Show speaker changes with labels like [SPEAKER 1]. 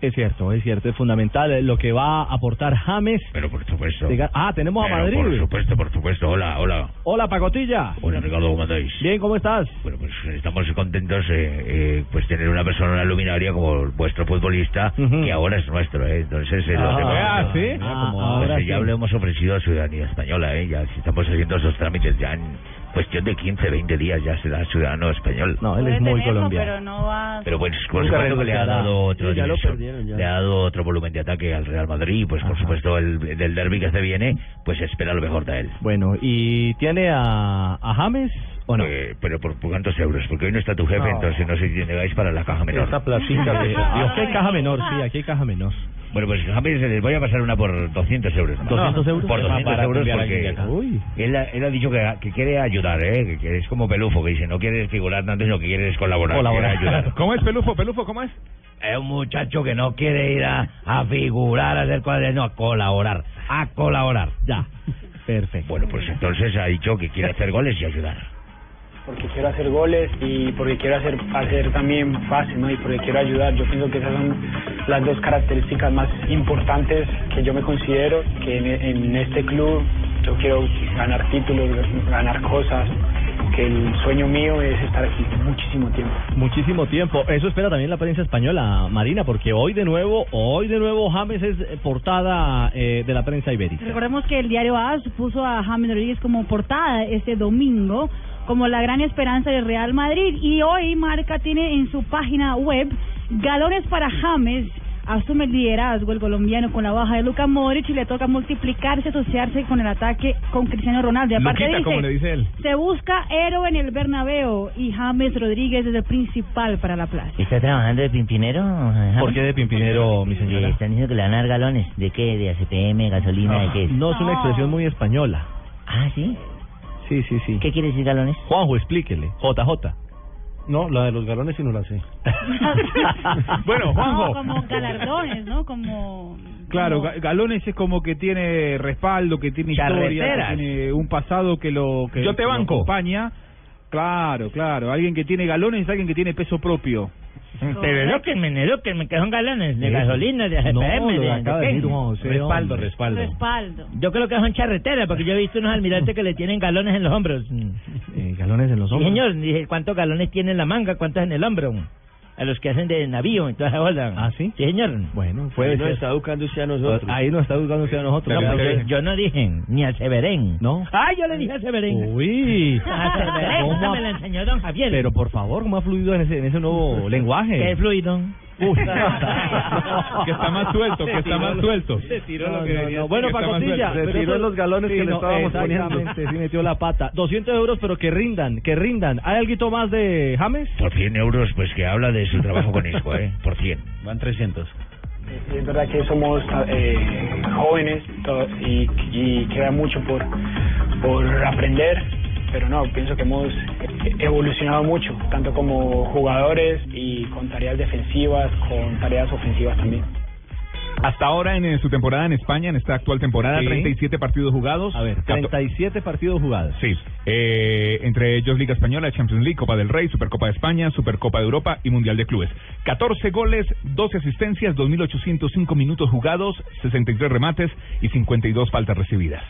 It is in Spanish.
[SPEAKER 1] Es cierto, es cierto, es fundamental eh, lo que va a aportar James.
[SPEAKER 2] Pero por supuesto.
[SPEAKER 1] Diga- Ah, tenemos a
[SPEAKER 2] Pero Por
[SPEAKER 1] Madrid.
[SPEAKER 2] supuesto, por supuesto. Hola, hola.
[SPEAKER 1] Hola, Pacotilla.
[SPEAKER 2] Hola, Ricardo, ¿cómo andáis?
[SPEAKER 1] Bien, ¿cómo estás?
[SPEAKER 2] Bueno, pues estamos contentos eh, eh, pues tener una persona luminaria como vuestro futbolista,
[SPEAKER 1] Ujú.
[SPEAKER 2] que ahora es nuestro, ¿eh? Entonces, eh, los
[SPEAKER 1] Ah,
[SPEAKER 2] demás,
[SPEAKER 1] ah, sí.
[SPEAKER 2] eh,
[SPEAKER 1] Ah,
[SPEAKER 2] como-
[SPEAKER 1] ahora
[SPEAKER 2] pues, ya
[SPEAKER 1] sí.
[SPEAKER 2] le hemos ofrecido ciudadanía española, ¿eh? Ya si estamos haciendo esos trámites ya en cuestión de 15, 20 días ya será ciudadano español.
[SPEAKER 1] No, él es muy colombiano.
[SPEAKER 3] pero no va.
[SPEAKER 2] Pero pues, por
[SPEAKER 1] Nunca
[SPEAKER 2] supuesto que le ha
[SPEAKER 1] renunciará.
[SPEAKER 2] dado otro
[SPEAKER 1] Sí, ya lo
[SPEAKER 2] dimensión.
[SPEAKER 1] perdieron, ya.
[SPEAKER 2] le ha dado otro volumen de ataque al Real Madrid, y, pues por supuesto el del derby que se viene, pues espera lo mejor de él.
[SPEAKER 1] Bueno, ¿y tiene a, a James o no?
[SPEAKER 2] Eh, pero por por cuántos euros, porque hoy no está tu jefe,
[SPEAKER 1] No.
[SPEAKER 2] entonces no sé si llegáis para la caja menor.
[SPEAKER 1] Esta platica de... Dios, que hay caja menor, sí, aquí hay caja menor.
[SPEAKER 2] Bueno, pues James, les voy a pasar una por 200 euros. nomás.
[SPEAKER 1] 200 euros.
[SPEAKER 2] Por
[SPEAKER 1] Es más
[SPEAKER 2] 200
[SPEAKER 1] barato
[SPEAKER 2] euros
[SPEAKER 1] enviar a
[SPEAKER 2] porque
[SPEAKER 1] alguien de acá. Uy.
[SPEAKER 2] él, ha- él ha dicho que, que quiere ayudar, ¿eh? que, que es como Pelufo, que dice, no quieres figurar tanto, sino que quieres colaborar.
[SPEAKER 1] Colaborar.
[SPEAKER 2] quiere ayudar.
[SPEAKER 4] ¿Cómo es, Pelufo? ¿Pelufo cómo es?
[SPEAKER 2] Es un muchacho que no quiere ir a, a figurar, a hacer cosas, no, a colaborar, a colaborar.
[SPEAKER 1] Ya, perfecto.
[SPEAKER 2] Bueno, pues entonces ha dicho que quiere hacer goles y ayudar.
[SPEAKER 5] porque quiero hacer goles y porque quiero hacer hacer también fácil, ¿no? Y porque quiero ayudar. Yo pienso que esas son las dos características más importantes que yo me considero que en, en este club yo quiero ganar títulos, ganar cosas, que el sueño mío es estar aquí muchísimo tiempo.
[SPEAKER 1] Muchísimo tiempo. Eso espera también la prensa española, Marina, porque hoy de nuevo, hoy de nuevo James es eh, portada eh, de la prensa ibérica.
[SPEAKER 3] Recordemos que el diario AS puso a James Rodríguez como portada este domingo, como la gran esperanza del Real Madrid. Y hoy Marca tiene en su página web galones para James. Asume el liderazgo el colombiano con la baja de Luca Modric y le toca multiplicarse, asociarse con el ataque con Cristiano Ronaldo. Y aparte
[SPEAKER 4] Luquita, como le dice él.
[SPEAKER 3] se busca héroe en el Bernabéu y James Rodríguez es el principal para la plaza.
[SPEAKER 6] ¿Está trabajando de pimpinero?
[SPEAKER 1] ¿Por qué de Pimpinero, mi
[SPEAKER 6] Eh,
[SPEAKER 1] señora?
[SPEAKER 6] están diciendo que le van a dar galones. ¿De qué? ¿De ACPM, gasolina, de qué? es?
[SPEAKER 1] No es una
[SPEAKER 3] No.
[SPEAKER 1] expresión muy española.
[SPEAKER 6] Ah, ¿sí?
[SPEAKER 1] Sí, sí, sí.
[SPEAKER 6] ¿Qué quiere decir galones?
[SPEAKER 1] Juanjo, explíquele. JJ.
[SPEAKER 5] No, la de los galones sí no la sé.
[SPEAKER 4] Bueno,
[SPEAKER 3] No,
[SPEAKER 4] Juanjo.
[SPEAKER 3] como galardones, ¿no? Como...
[SPEAKER 4] Claro,
[SPEAKER 3] como-
[SPEAKER 4] Ga- Galones es como que tiene respaldo, que tiene historia,
[SPEAKER 2] Charreteras.
[SPEAKER 4] que tiene un pasado que lo que
[SPEAKER 1] Yo te
[SPEAKER 4] lo
[SPEAKER 1] banco.
[SPEAKER 4] acompaña. Claro, claro. Alguien que tiene galones es alguien que tiene peso propio.
[SPEAKER 6] Pero elóquenme, elóquenme, que son galones. De
[SPEAKER 1] Eso.
[SPEAKER 6] gasolina, de
[SPEAKER 1] No,
[SPEAKER 6] ACPM,
[SPEAKER 1] lo
[SPEAKER 6] de,
[SPEAKER 1] acaba
[SPEAKER 6] de
[SPEAKER 1] de
[SPEAKER 6] qué.
[SPEAKER 1] decir José,
[SPEAKER 6] Respaldo,
[SPEAKER 1] hombre.
[SPEAKER 6] respaldo.
[SPEAKER 3] Respaldo.
[SPEAKER 6] Yo creo que son charreteras, porque yo he visto unos almirantes que le tienen galones en los hombros. Sí,
[SPEAKER 1] Eh, galones en los hombros.
[SPEAKER 6] señor, dije, ¿cuántos galones tiene en la manga? ¿Cuántos en el hombro? A los que hacen de navío, entonces hola.
[SPEAKER 1] Ah, ¿sí?
[SPEAKER 6] Sí, señor.
[SPEAKER 1] Bueno, puede ser.
[SPEAKER 5] buscando usted a
[SPEAKER 1] Ahí nos está buscando usted a nosotros.
[SPEAKER 4] Pero
[SPEAKER 1] Vea
[SPEAKER 4] usted-
[SPEAKER 1] usted.
[SPEAKER 6] Yo no dije, ni a Severén.
[SPEAKER 1] No.
[SPEAKER 6] Ah, yo le dije a Severén.
[SPEAKER 1] Uy.
[SPEAKER 6] Ah, Severén,
[SPEAKER 1] ¿Cómo
[SPEAKER 6] esa
[SPEAKER 1] ha-
[SPEAKER 6] me la enseñó don Javier.
[SPEAKER 1] Pero por favor, ¿cómo ha fluido en ese, en ese nuevo
[SPEAKER 6] Que
[SPEAKER 1] lenguaje?
[SPEAKER 6] es fluido.
[SPEAKER 1] Uy.
[SPEAKER 4] Que está más suelto, que está más suelto.
[SPEAKER 1] No,
[SPEAKER 4] lo que
[SPEAKER 1] no,
[SPEAKER 4] venía
[SPEAKER 1] no.
[SPEAKER 4] así,
[SPEAKER 1] Bueno,
[SPEAKER 4] que está más
[SPEAKER 1] Pacotilla,
[SPEAKER 4] suelto. Se
[SPEAKER 1] pero
[SPEAKER 4] tiró
[SPEAKER 1] eso-
[SPEAKER 4] los galones que le estábamos poniendo.
[SPEAKER 1] Exactamente, sí metió la pata. 200 euros, pero que rindan, que rindan. ¿Hay algo más de James?
[SPEAKER 2] Por 100 euros, pues que habla de su trabajo con Isco, ¿eh? Por 100.
[SPEAKER 1] Van 300.
[SPEAKER 5] Y es verdad que somos eh, jóvenes to- y, y queda mucho por, por aprender, pero no, pienso que hemos evolucionado mucho, tanto como jugadores y con tareas defensivas, con tareas ofensivas también.
[SPEAKER 4] Hasta ahora en eh, su temporada en España, en esta actual temporada,
[SPEAKER 1] Sí.
[SPEAKER 4] 37 partidos jugados.
[SPEAKER 1] A ver,
[SPEAKER 4] Cato-
[SPEAKER 1] 37 partidos jugados.
[SPEAKER 4] Sí, eh, entre ellos Liga Española, Champions League, Copa del Rey, Supercopa de España, Supercopa de Europa y Mundial de Clubes. 14 goles, 12 asistencias, 2.805 minutos jugados, 63 remates y 52 faltas recibidas.